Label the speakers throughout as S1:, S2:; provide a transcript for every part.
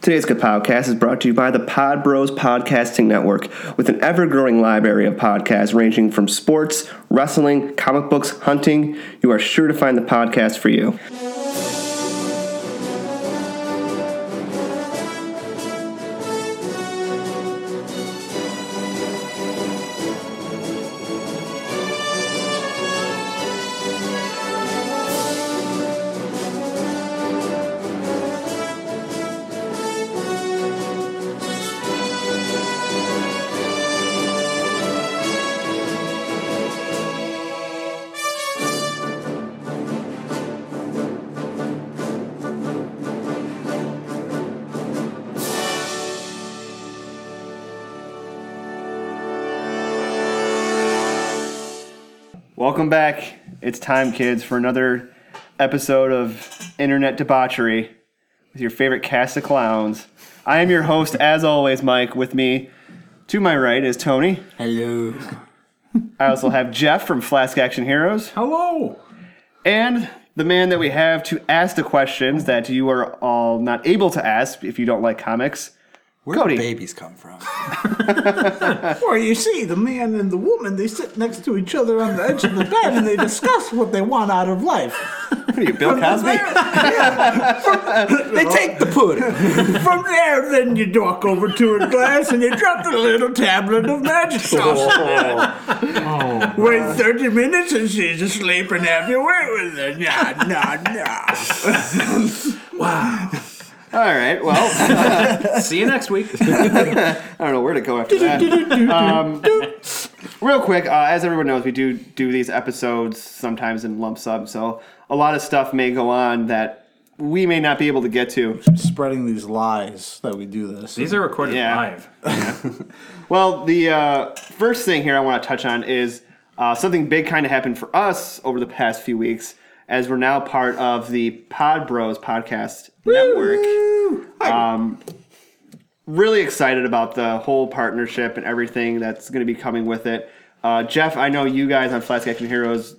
S1: Today's Good Podcast is brought to you by the Pod Bros Podcasting Network, with an ever growing library of podcasts ranging from sports, wrestling, comic books, hunting. You are sure to find the podcast for you. Welcome back. It's time, kids, for another episode of Internet Debauchery with your favorite cast of clowns. I am your host, as always, Mike. With me to my right is Tony.
S2: Hello.
S1: I also have Jeff from Flask Action Heroes.
S2: Hello.
S1: And the man that we have to ask the questions that you are all not able to ask if you don't like comics.
S2: Where
S1: Cody.
S2: do babies come from?
S3: Well, you see, the man and the woman, they sit next to each other on the edge of the bed and they discuss what they want out of life.
S1: What are you, Bill Cosby?
S2: they take the pudding.
S3: From there, then you walk over to a glass and you drop the little tablet of magic sauce. Wait 30 minutes and she's asleep and have your way with her. Nah, nah, nah.
S1: All right, well,
S4: See you next week.
S1: I don't know where to go after that. Um, real quick, uh, as everyone knows, we do do these episodes sometimes in lump sum, so a lot of stuff may go on that we may not be able to get to.
S3: Spreading these lies that we do this.
S4: These are recorded
S1: Yeah.
S4: live.
S1: Well, the uh, first thing here I want to touch on is uh, something big kind of happened for us over the past few weeks, as we're now part of the Pod Bros podcast network. Um, really excited about the whole partnership and everything that's going to be coming with it. Uh, Jeff, I know you guys on Flask Action Heroes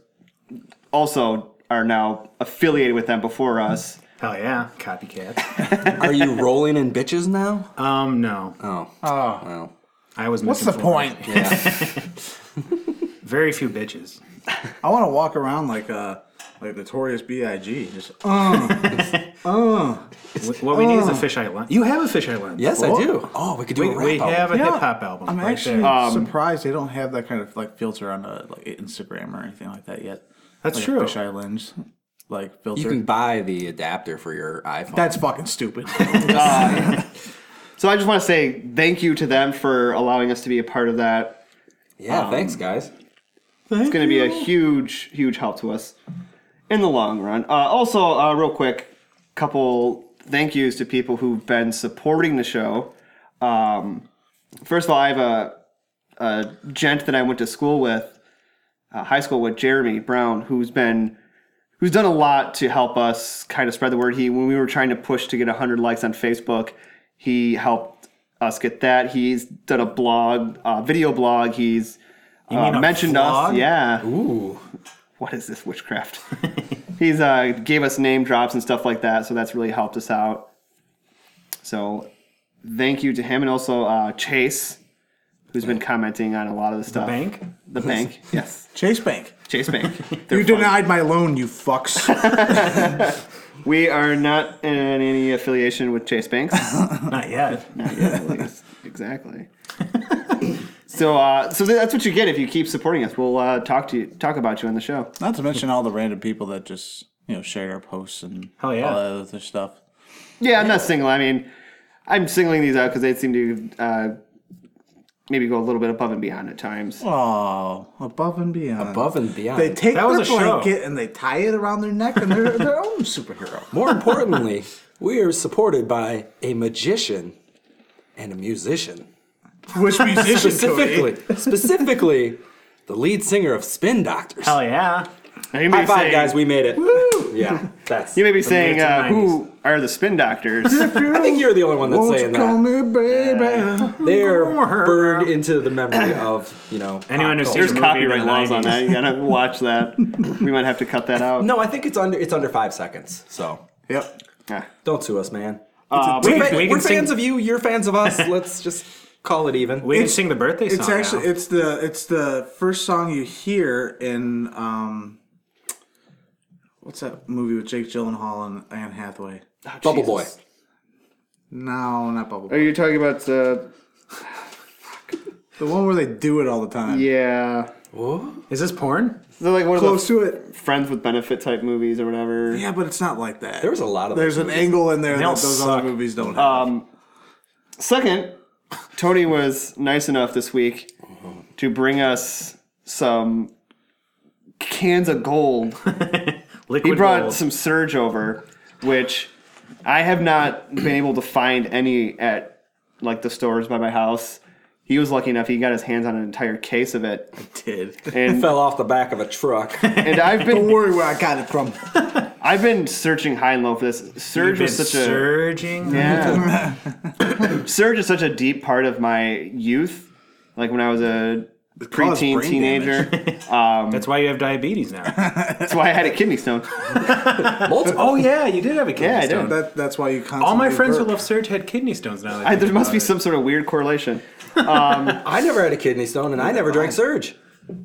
S1: also are now affiliated with them before us.
S4: Hell Oh, yeah, copycat.
S2: Are you rolling in bitches now?
S4: Um, no,
S2: Oh. Well.
S4: I was.
S3: What's the
S4: misinformed.
S3: point?
S4: Very few bitches.
S3: I want to walk around like a. Like notorious B.I.G. Just uh,
S4: Wh- What we need is a fisheye lens. You have a fisheye lens.
S2: Yes,
S3: Well,
S2: I do. Oh, we could do
S4: We,
S2: a rap
S4: we
S2: album.
S4: have a
S3: Yeah,
S4: hip hop album.
S3: I'm
S4: right
S3: actually
S4: there.
S3: surprised they don't have that kind of like filter on uh like Instagram or anything like that yet.
S4: That's
S3: like
S4: true.
S3: A fisheye lens, like filter.
S2: You can buy the adapter for your iPhone.
S3: That's fucking stupid.
S1: So I just want to say thank you to them for allowing us to be a part of that.
S2: yeah, thanks, guys.
S1: It's going to be a huge, huge help to us in the long run. Uh, also, uh, real quick, couple thank yous to people who've been supporting the show. Um, first of all, I have a, a gent that I went to school with, uh, high school with Jeremy Brown, who's been who's done a lot to help us kind of spread the word. He when we were trying to push to get 100 likes on Facebook, he helped us get that. He's done a blog, uh, video blog. He's uh,
S4: mean a
S1: mentioned us,
S4: vlog?
S1: yeah
S2: Ooh.
S1: what is this witchcraft? He's uh, gave us name drops and stuff like that, so that's really helped us out. So thank you to him and also uh, Chase, who's been commenting on a lot of the stuff.
S4: Bank.
S1: The bank, yes,
S3: Chase Bank.
S1: Chase Bank.
S3: you denied my loan, you fucks.
S1: We are not in any affiliation with Chase Banks.
S4: Not yet.
S1: exactly. so, uh, so that's what you get if you keep supporting us. We'll uh, talk to you, talk about you on the show.
S3: Not to mention all the random people that just you know shared our posts and
S4: Hell yeah.
S3: all that other stuff.
S1: Yeah, I'm not single. I mean, I'm singling these out because they seem to uh, maybe go a little bit above and beyond at times.
S3: Oh, above and beyond.
S2: Above and beyond.
S3: They take
S4: That was
S3: their
S4: a show.
S3: blanket and they tie it around their neck and they're their own superhero.
S2: More importantly, we are supported by a magician and a musician.
S3: Which musician
S2: Specifically, specifically, the lead singer of Spin Doctors.
S4: Hell yeah.
S1: Now, you may
S2: High
S1: be
S2: five,
S1: saying,
S2: guys. We made it. Yeah, that's.
S1: you may be saying,
S4: mid to
S1: uh, who are the spin doctors?
S2: I think you're the only one that's
S3: Won't
S2: saying
S3: you call
S2: that.
S3: me baby?
S2: They're burned into the memory of you know.
S4: Anyone who's
S2: pop
S4: seen
S1: There's
S2: culture.
S4: the movie
S1: copyright
S4: in the
S1: laws on
S4: 90s.
S1: that. You gotta watch that. We might have to cut that out.
S2: No, I think it's under it's under five seconds. So
S3: Yep.
S1: Ah,
S2: don't sue us, man.
S4: Uh, we
S2: We're,
S4: can,
S2: fa-
S4: we
S2: we're
S4: can sing,
S2: fans of you. You're fans of us. Let's just call it even.
S4: we can sing the birthday song.
S3: It's actually
S4: now.
S3: it's the it's the first song you hear in um what's that movie with Jake Gyllenhaal and Anne Hathaway?
S2: Bubble Boy.
S3: No, not Bubble.
S1: Are you talking about? Uh,
S3: The one where they do it all the time.
S1: yeah,
S4: Is this porn?
S1: they're like one
S3: Close
S1: of
S3: to it.
S1: those friends with benefit type movies or whatever.
S3: Yeah, but it's not like that.
S2: There was a lot of
S3: There's an angle in there
S4: all
S3: that those
S4: suck. Uh,
S3: other movies don't have.
S1: Second, Tony was nice enough this week to bring us some cans of gold.
S4: Liquid
S1: He brought
S4: gold.
S1: some Surge over, which I have not been able to find any at like the stores by my house. He was lucky enough; he got his hands on an entire case of it,
S3: Did.
S1: and
S2: fell off the back of a truck.
S1: and I've
S3: Don't
S1: been
S3: worry where I got it from.
S1: I've been searching high and low for this. Surge
S4: Been
S1: was such a
S4: surging.
S1: Yeah. Surge is such a deep part of my youth. Like when I was a
S3: caused
S1: preteen
S3: brain
S1: teenager.
S4: That's why you have diabetes now.
S1: That's why I had a kidney stone.
S2: Multiple.
S4: oh yeah, you did have a kidney
S1: Yeah, I did.
S4: stone.
S3: That, that's why you constantly
S4: All my friends
S3: burp.
S4: who love Surge had kidney stones now. that I
S1: I,
S4: think
S1: there must
S4: about
S1: be
S4: it.
S1: some sort of weird correlation.
S2: I never had a kidney stone, and I never drank Surge.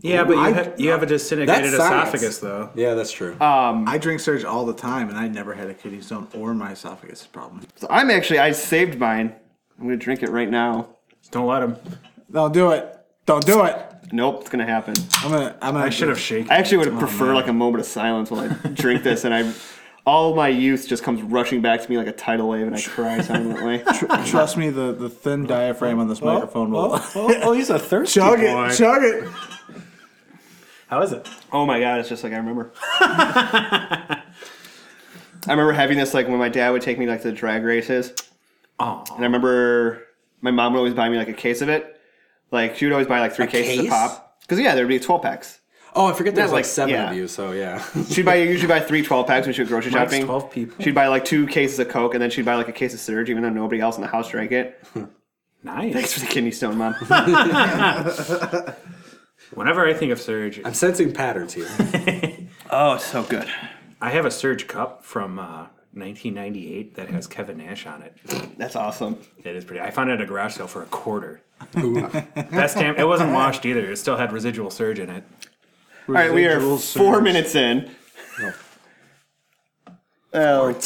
S4: Yeah, but you,
S2: I-
S4: have, you have a disintegrated
S2: That's science.
S4: esophagus, though.
S2: Yeah, that's true.
S3: I drink Surge all the time, and I never had a kidney stone or my esophagus problem.
S1: So I'm actually I saved mine. I'm gonna drink it right now.
S4: Don't let him.
S3: Don't do it. Don't do it.
S1: Nope, it's gonna happen.
S3: I'm gonna. I'm gonna
S4: I should have shaken.
S1: I actually would have preferred like a moment of silence while I drink this, and I, all my youth just comes rushing back to me like a tidal wave, and I cry silently.
S3: Trust me, the, the thin diaphragm on this
S4: Oh,
S3: microphone will
S2: oh, he's a thirsty
S3: chug it, chug it.
S4: How is it?
S1: Oh my god, it's just like I remember. I remember having this like when my dad would take me like to the drag races.
S4: Aw.
S1: And I remember my mom would always buy me like a case of it. Like she would always buy like three cases of
S2: case?
S1: pop. Because yeah, there'd be twelve packs.
S2: Oh, I forget there's
S1: like,
S2: like, seven
S1: yeah.
S2: of you, so yeah.
S1: She'd buy usually buy three 12 packs when she was grocery
S4: Mike's
S1: shopping.
S4: 12 people.
S1: She'd buy like two cases of Coke and then she'd buy like a case of Surge, even though nobody else in the house drank it. Thanks
S4: Nice.
S1: for the kidney stone, mom.
S4: Whenever I think of Surge,
S2: I'm sensing patterns here.
S1: oh, it's so good.
S4: I have a Surge cup from uh, 1998 that has Kevin Nash on it.
S1: That's awesome.
S4: It is pretty. I found it at a garage sale for a quarter. Best damn. It wasn't washed either. It still had residual Surge in it.
S1: All right, we are
S3: Residual
S1: four
S3: Surge.
S1: minutes in.
S3: Oh,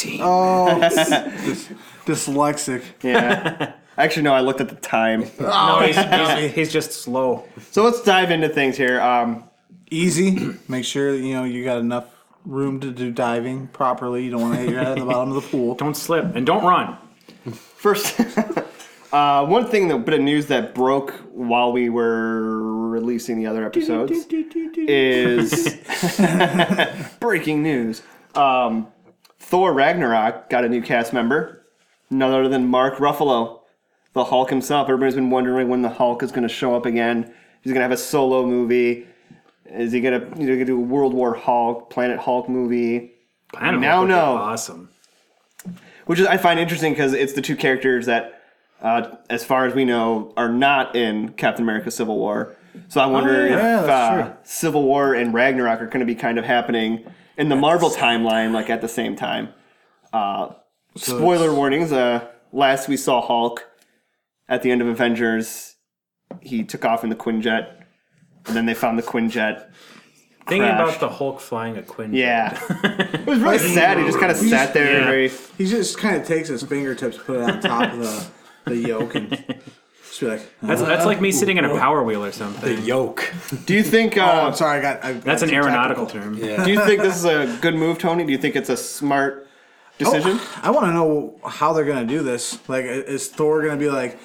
S3: Dyslexic.
S1: Yeah. Actually, no, I looked at the time.
S4: no, he's, he's, he's just slow.
S1: So let's dive into things here. Um,
S3: Easy. Make sure you know you got enough room to do diving properly. You don't want to hit your head at the bottom of the pool.
S4: Don't slip and don't run.
S1: First, uh, one thing that bit of news that broke while we were releasing the other episodes is breaking news. Um, Thor Ragnarok got a new cast member, none other than Mark Ruffalo, the Hulk himself. Everybody's been wondering when the Hulk is going to show up again. He's going to have a solo movie. Is he going to you know, gonna do a World War Hulk, Planet Hulk movie?
S4: Planet
S1: Now
S4: Hulk would be
S1: know.
S4: Awesome.
S1: which is I find interesting because it's the two characters that, uh, as far as we know, are not in Captain America: Civil War. So I wonder
S3: Oh, yeah,
S1: if
S3: that's
S1: uh,
S3: true.
S1: Civil War and Ragnarok are going to be kind of happening in the Marvel timeline, like at the same time. Uh, spoiler warnings: uh, Last we saw Hulk at the end of Avengers, he took off in the Quinjet, and then they found the Quinjet.
S4: Thinking
S1: Crash.
S4: about the Hulk flying a Quinjet.
S1: Yeah, it was really sad. He just kind of sat there,
S4: Yeah.
S1: very
S3: He just kind of takes his fingertips, put it on top of the the yolk, and just be like, "Oh,
S4: That's, that's like me sitting in a power wheel or something.
S2: Yoke.
S1: Do you think?
S3: "Oh, I'm
S1: Uh,
S3: sorry, I got." I,
S4: That's an aeronautical term.
S1: do you think this is a good move, Tony? Do you think it's a smart decision?
S3: Oh, I want to know how they're gonna do this. Like, i- is Thor gonna be like,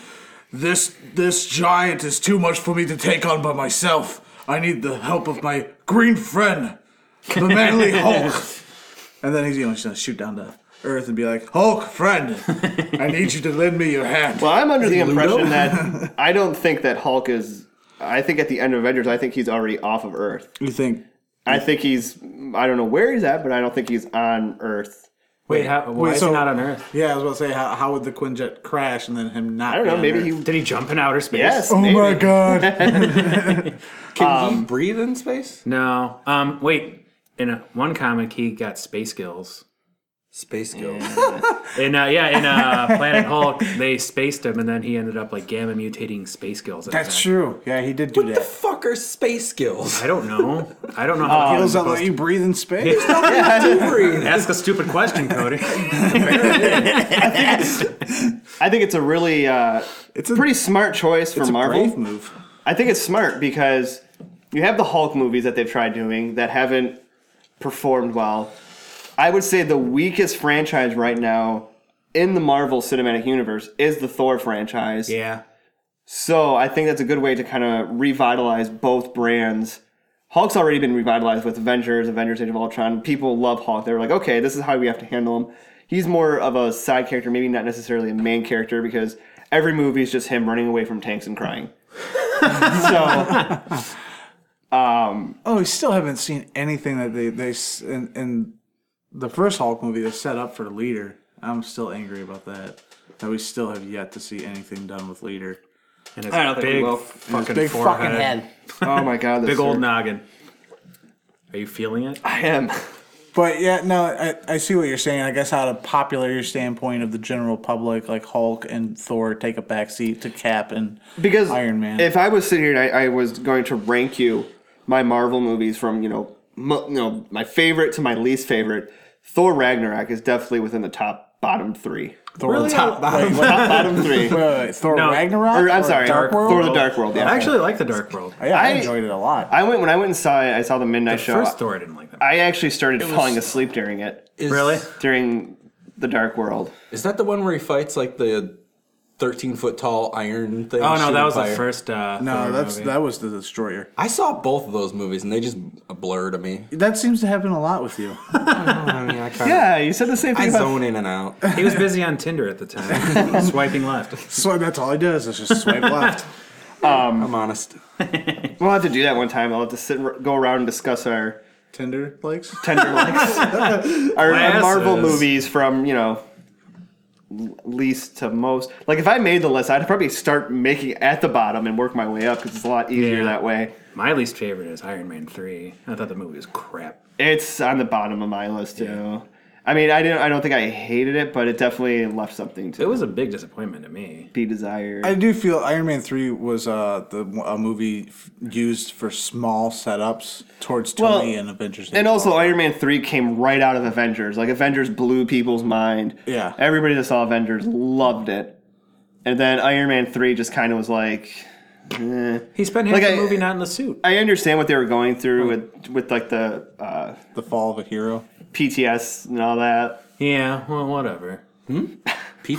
S3: this this giant is too much for me to take on by myself. I need the help of my green friend, the manly Hulk. and then he's, you know, he's gonna shoot down to Earth and be like, Hulk, friend, I need you to lend me your hand.
S1: Well, I'm under the
S2: Ludo?
S1: impression that I don't think that Hulk is. I think at the end of Avengers, I think he's already off of Earth.
S3: you think?
S1: I think he's. I don't know where he's at, but I don't think he's on Earth.
S4: Wait, how, why
S3: Wait,
S4: is
S3: so-
S4: he not on Earth?
S3: Yeah, I was about to say, how, how would the Quinjet crash and then him not?
S1: I don't know. Maybe he.
S4: Did he jump in outer space?
S1: Yes.
S3: Oh
S1: maybe.
S3: my god!
S2: Can he breathe in space?
S4: No. Um. Wait. In a, one comic, he got space gills.
S2: Space Ghost.
S4: In uh, yeah, in uh, Planet Hulk, they spaced him, and then he ended up like gamma mutating space gills. in his
S3: That's
S4: back.
S3: true. Yeah, he did do
S2: What the
S3: that.
S2: fuck are space gills?
S4: I don't know. I don't know how.
S3: He
S4: he was
S3: doesn't let
S4: supposed
S3: you breathe in space.
S2: Do
S3: Uh,
S2: breathe.
S4: Ask a stupid question, Cody.
S1: I think it's a really uh, it's
S3: a-
S1: a pretty smart choice for
S3: It's a
S1: Marvel.
S3: brave move.
S1: I think it's smart because you have the Hulk movies that they've tried doing that haven't performed well. I would say the weakest franchise right now in the Marvel Cinematic Universe is the Thor franchise.
S4: yeah.
S1: So I think that's a good way to kind of revitalize both brands. Hulk's already been revitalized with Avengers, Avengers Age of Ultron. People love Hulk. They're like, okay, this is how we have to handle him. He's more of a side character, maybe not necessarily a main character, because every movie is just him running away from tanks and crying. so
S3: Oh, we still haven't seen anything that they they s- in, in the first Hulk movie they set up for Leader. I'm still angry about that. That we still have yet to see anything done with Leader.
S4: And his
S1: I don't think
S4: big
S1: we will.
S4: fucking
S3: big
S4: forehead.
S3: fucking head.
S1: Oh my god, this
S4: Big old
S1: shirt.
S4: noggin. Are you feeling it?
S1: I am.
S3: But yeah, no, I, I see what you're saying. I guess out of popular standpoint of the general public, like Hulk and Thor take a backseat to Cap and
S1: Because
S3: Iron Man.
S1: If I was sitting here and I, I was going to rank you my Marvel movies from you know mo- you know my favorite to my least favorite, Thor Ragnarok is definitely within the top bottom three.
S3: Thor
S2: Really?
S3: top bottom. Wait,
S1: Top bottom three.
S3: wait, wait, Thor
S4: No,
S3: Ragnarok.
S1: or, I'm sorry,
S3: Dark
S1: Thor
S3: World. Oh,
S1: the Dark World. Yeah,
S4: I actually like the Dark World.
S3: yeah, I,
S1: I-
S3: enjoyed it a lot.
S1: I went when I went and saw it. I saw the midnight show.
S4: First Thor, I didn't like that.
S1: I actually started falling asleep during it,
S2: Is-
S4: really?
S1: during the Dark World.
S2: Is that the one where he fights like the 13 foot tall iron thing?
S4: Oh no, that
S2: shooting
S4: was the
S2: fire?
S4: first. Uh,
S3: no,
S4: Thor
S3: that's
S4: movie.
S3: that was the Destroyer.
S2: I saw both of those movies and they just blur to me.
S3: That seems to happen a lot with you.
S2: I mean, I kind
S1: Yeah, you said the same thing
S2: I
S1: about
S2: zone in and out.
S4: He was busy on Tinder at the time, swiping left.
S3: So that's all he does is just swipe left.
S2: I'm honest.
S1: We'll have to do that one time. I'll have to sit, and go around and discuss our
S3: Tinder likes.
S1: tender likes, our, our Marvel
S4: Classes.
S1: movies from you know l- least to most. Like if I made the list, I'd probably start making it at the bottom and work my way up because it's a lot easier
S4: Yeah.
S1: that way.
S4: My least favorite is Iron Man three. I thought the movie was crap.
S1: It's on the bottom of my list too. I mean, I didn't. I don't think I hated it, but it definitely left something
S4: It
S1: to
S4: was a big disappointment to me.
S1: be desired.
S3: I do feel Iron Man three was uh, the a movie f- used for small setups towards
S1: Well,
S3: Tony and Avengers.
S1: and also, Iron Man three came right out of Avengers. Like Avengers blew people's mind.
S3: Yeah.
S1: everybody that saw Avengers loved it, and then Iron Man three just kind of was like. eh.
S4: He spent half
S1: Like
S4: the
S1: I-
S4: movie not in the suit.
S1: I understand what they were going through with with like the uh,
S3: the Fall of a Hero.
S1: PTS and all that
S4: Yeah, well, whatever.
S2: PT.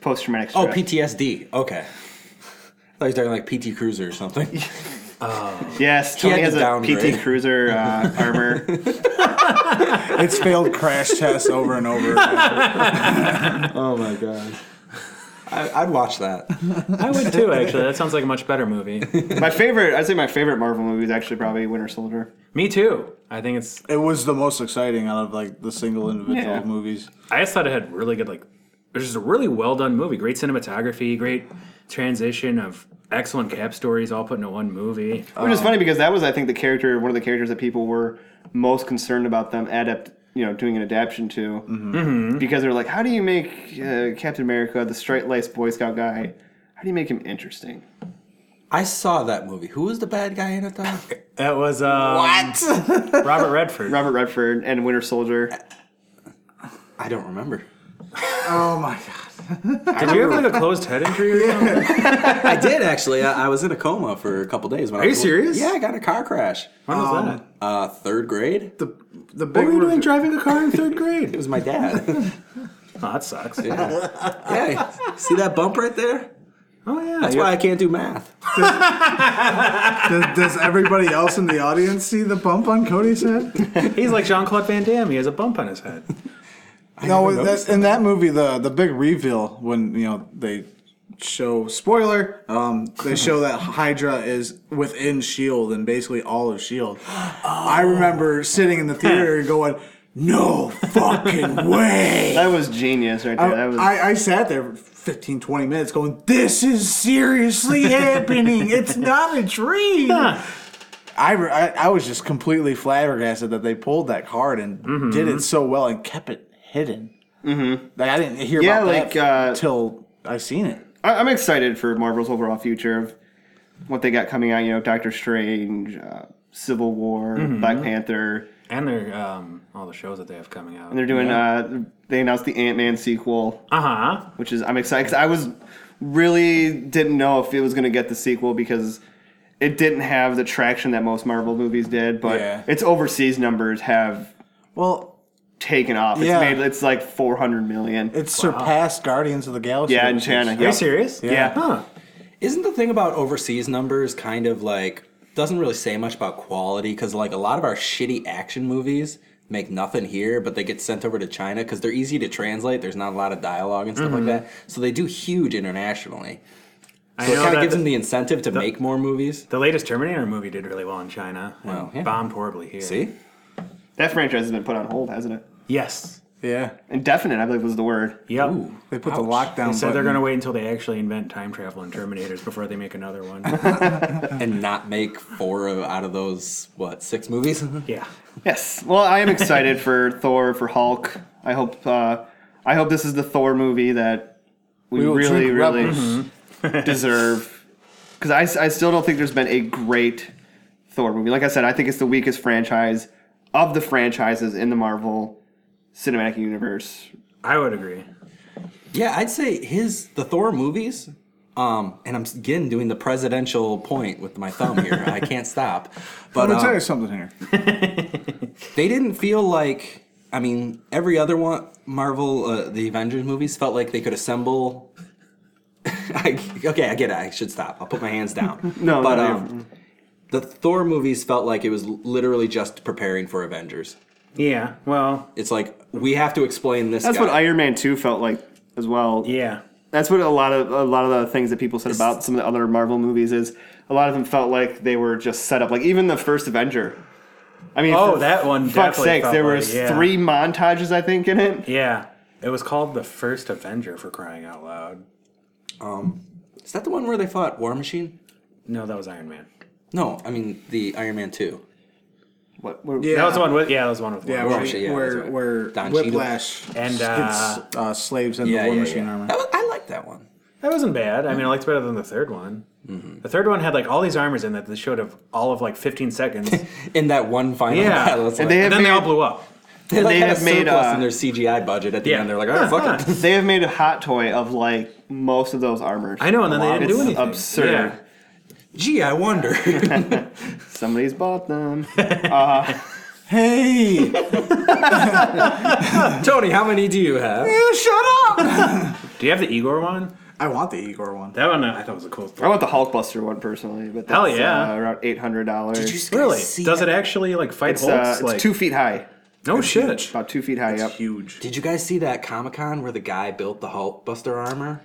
S1: post traumatic
S2: Oh,
S1: stress.
S2: PTSD. Okay. I thought he was talking like PT Cruiser or something.
S1: yes, Tony
S2: had
S1: has a
S2: to downgrade.
S1: PT Cruiser uh, armor.
S3: It's failed crash tests over and over. again.
S2: oh my god. I, I'd watch that.
S4: I would too, actually. That sounds like a much better movie.
S1: my favorite, I'd say my favorite Marvel movie is actually probably Winter Soldier.
S4: me too. I think it's.
S3: It was the most exciting out of like the single individual
S1: Yeah.
S3: movies.
S4: I just thought it had really good, like, it was just a really well done movie. Great cinematography, great transition of excellent cap stories all put into one movie.
S1: Which
S2: Oh.
S1: is funny because that was, I think, the character, one of the characters that people were most concerned about them adapt, you know, doing an adaptation to,
S2: Mm-hmm.
S1: because they're like, how do you make uh, Captain America, the straight-laced Boy Scout guy, how do you make him interesting?
S2: I saw that movie. Who was the bad guy in it though?
S4: That was um, what Robert Redford.
S1: Robert Redford and Winter Soldier.
S2: I don't remember.
S3: Oh my god!
S4: Did you have like a closed head injury? Or something?
S2: I did actually. I, I was in a coma for a couple days. When Are I
S4: you
S2: was,
S4: serious?
S2: Yeah, I got in a car crash.
S4: When was that?
S2: Uh, third grade.
S3: The the big
S4: What were you doing
S3: reveal-
S4: driving a car in third
S2: It
S4: grade?
S2: was my dad.
S4: Oh, that sucks.
S2: yeah. See that bump right there?
S4: Oh yeah,
S2: That's why I can't do math.
S3: Does, does everybody else in the audience see the bump on Cody's head?
S4: He's like Jean Claude Van Damme. He has a bump on his head.
S3: No,
S2: never
S3: that,
S2: noticed
S3: in that movie, the the big reveal when you know they show spoiler, um, they show that Hydra is within Shield E and basically all of Shield. E I remember sitting in
S2: Oh.
S3: the theater and going, "No fucking way!"
S1: That was genius right there.
S3: I,
S1: that was
S3: I, I sat there for 15, 20 minutes going, "This is seriously happening. It's not a dream." I, re- I I was just completely flabbergasted that they pulled that card and
S1: Mm-hmm.
S3: did it so well and kept it hidden. Mm-hmm. Like I didn't hear
S1: Yeah,
S3: about
S1: like,
S3: that
S1: uh,
S3: until I seen it.
S1: I, I'm excited for Marvel's overall future of what they got coming out. You know, Doctor Strange, uh, Civil War,
S3: Mm-hmm.
S1: Black Panther.
S4: and their um, all the shows that they have coming out.
S1: They're doing. Uh, they announced the Ant Man sequel,
S4: Uh huh.
S1: which is I'm excited. 'cause I was really didn't know if it was going to get the sequel because it didn't have the traction that most Marvel movies did. But
S3: Yeah.
S1: its overseas numbers have
S3: Well,
S1: taken off. It's
S3: Yeah.
S1: made. It's like 400 million.
S3: it surpassed Guardians of the Galaxy.
S1: yeah, in
S3: which is-
S1: China.
S4: Are
S1: yeah.
S4: you serious?
S1: Yeah.
S4: Huh.
S2: Isn't the thing about overseas numbers kind of like doesn't really say much about quality because like a lot of our shitty action movies make nothing here, but they get sent over to China because they're easy to translate. There's not a lot of dialogue and stuff like that, so they do huge internationally. So
S4: I
S2: it
S4: know
S2: kind of
S4: that
S2: gives
S4: the,
S2: them the incentive to make more movies.
S4: the latest Terminator movie did really well in China. and
S2: Wow, yeah.
S4: Bombed horribly here.
S2: See,
S1: That franchise has been put on hold, hasn't it?
S4: Yes.
S3: Yeah,
S1: Indefinite, I believe, was the word.
S4: Yep.
S3: they put the
S2: Ouch.
S3: lockdown.
S4: They said
S3: button.
S4: they're going to wait until they actually invent time travel in Terminators before they make another one.
S2: and not make four of, out of those what six movies?
S1: Mm-hmm.
S4: yeah.
S1: Yes. Well, I am excited for Thor, for Hulk. I hope. Uh, I hope this is the Thor movie that we,
S3: will
S1: really,
S3: drink
S1: really deserve. Because I, s- I still don't think there's been a great Thor movie. Like I said, I think it's the weakest franchise of the franchises in the Marvel Cinematic Universe.
S4: I would agree.
S2: Yeah, I'd say his the Thor movies. Um, and I'm again doing the presidential point with my thumb here. I can't stop. But
S3: Let me
S2: um,
S3: tell you something here.
S2: they didn't feel like I mean every other one Marvel uh, the Avengers movies felt like they could assemble. I, okay, I get it. I should stop. I'll put my hands down.
S1: No,
S2: but
S1: no,
S2: um, the Thor movies felt like it was literally just preparing for Avengers.
S4: Yeah. Well,
S2: It's like we have to explain this.
S1: That's
S2: guy.
S1: what Iron Man Two felt like as well.
S4: yeah.
S1: That's what a lot of a lot of the things that people said about some of the other Marvel movies is a lot of them felt like they were just set up. Like even the first Avenger. I mean,
S4: Oh,
S1: for
S4: that one
S1: Fuck's
S4: definitely
S1: sakes,
S4: felt
S1: there
S4: like-
S1: was
S4: yeah.
S1: three montages I think in it.
S4: Yeah. It was called The First Avenger for crying out loud.
S2: Um, Is that the one where they fought War Machine?
S4: No, that was Iron Man.
S2: No, I mean the Iron Man two.
S1: What? what
S3: Yeah.
S4: That was the one with yeah, that was the one with
S3: Yeah,
S4: War
S3: where,
S4: Machine.
S2: Actually, yeah,
S3: where,
S2: that's right.
S3: where
S2: Don Cheadle.
S3: Whiplash
S4: And,
S3: gets
S4: uh,
S3: uh, slaves in the war machine armor.
S2: That was, I like that one.
S4: That wasn't bad. I mean, I liked it better than the third one.
S2: Mm-hmm.
S4: The third one had like all these armors in that they showed of all of like 15 seconds.
S2: In that one final
S4: Yeah.
S2: battle, it's
S1: And
S2: like-
S1: they
S4: and
S1: have
S4: then
S1: made,
S4: they all blew up.
S2: they,
S1: they
S2: had
S1: have
S2: a
S1: made,
S2: surplus
S1: uh,
S2: in their CGI budget at the
S4: Yeah.
S2: end. They're like, oh fuck
S3: Uh-huh.
S2: it.
S1: they have made a hot toy of like most of those armors.
S4: I know, and then they didn't
S1: It's
S4: do anything.
S1: absurd.
S4: Yeah.
S2: Gee, I wonder.
S1: Somebody's bought them.
S3: Hey, you
S2: Tony, how many do you have?
S3: shut up!
S4: Do you have the Igor one?
S3: I want the Igor one.
S4: That one uh, I thought was a cool.
S1: I want the Hulkbuster one personally, but that's,
S4: Hell yeah.
S1: uh, around eight hundred dollars.
S4: Really? Does it actually like fight
S1: It's,
S4: Hulks?
S1: uh, it's
S4: like,
S1: two feet high,
S4: no shit.
S1: about two feet high. Yep.
S3: Huge.
S2: Did you guys see that Comic Con where the guy built the Hulkbuster armor?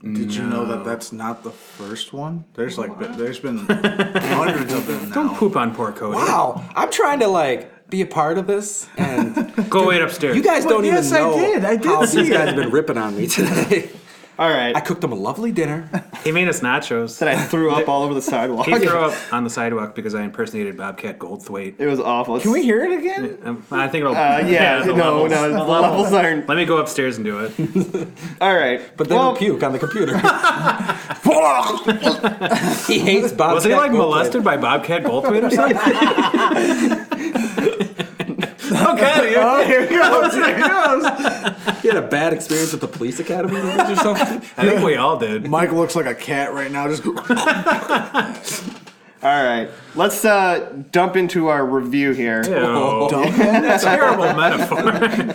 S3: Did you know that that's not the first one? There's like, been- there's been hundreds of them
S4: Don't
S3: now.
S4: poop on poor Cody.
S2: Wow, I'm trying to like be a part of this, and
S4: Go wait upstairs.
S2: you guys
S3: Well,
S2: don't
S3: yes, I
S2: even know
S3: did. I did
S2: how
S3: see
S2: these
S3: it.
S2: guys have been ripping on me today.
S1: All right.
S2: I cooked them a lovely dinner.
S4: he made us nachos.
S1: that I threw up all over the sidewalk.
S4: He threw up on the sidewalk because I impersonated Bobcat Goldthwait.
S1: It was awful. Can
S3: hear it again?
S4: Um, I think it'll.
S1: Uh, yeah,
S4: the
S1: no,
S4: levels.
S1: no, the levels aren't.
S4: Let me go upstairs and do it.
S1: All right,
S2: But then
S1: well,
S2: he puke on the computer. he hates Bob.
S4: Was he like molested by Bobcat Goldthwait or something? okay,
S3: Oh, here it goes. Here it goes.
S2: He had a bad experience with the police academy movies or something.
S4: I think we all did.
S3: Mike looks like a cat right now. Just
S1: all right, let's uh, dump into our review here.
S4: Ew. Terrible metaphor.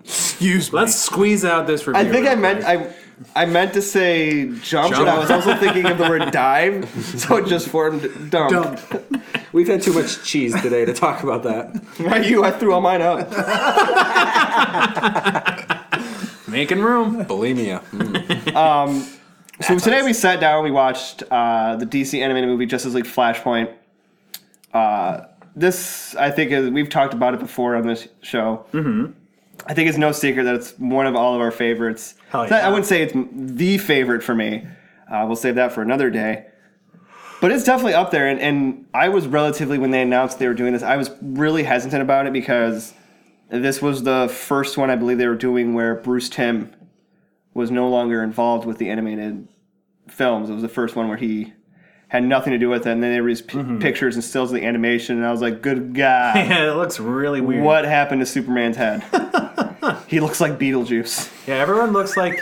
S3: excuse me.
S4: Let's squeeze out this review.
S1: I think I
S4: real
S1: meant
S4: quick.
S1: I, I meant to say jump, but I was also thinking of the word dive, so it just formed dump.
S3: Dump.
S2: We've had too much cheese today to talk about that.
S1: Right, you, I threw all mine up.
S4: making room.
S2: Bulimia.
S1: So today we sat down, we watched uh, the DC animated movie Justice League Flashpoint. Uh, this, I think, is we've talked about it before on this show. Mm-hmm. I think it's no secret that it's one of all of our favorites.
S4: Hell
S1: It's not-
S4: yeah.
S1: I wouldn't say it's the favorite for me. Uh, we'll save that for another day. But it's definitely up there, and, and I was relatively when they announced they were doing this, I was really hesitant about it because this was the first one I believe they were doing where Bruce Tim was no longer involved with the animated films. It was the first one where he had nothing to do with it, and then there was p-
S4: Mm-hmm.
S1: pictures and stills of the animation, and I was like, "Good God,
S4: Yeah, it looks really weird.
S1: what happened to Superman's head? he looks like Beetlejuice."
S4: Yeah, everyone looks like.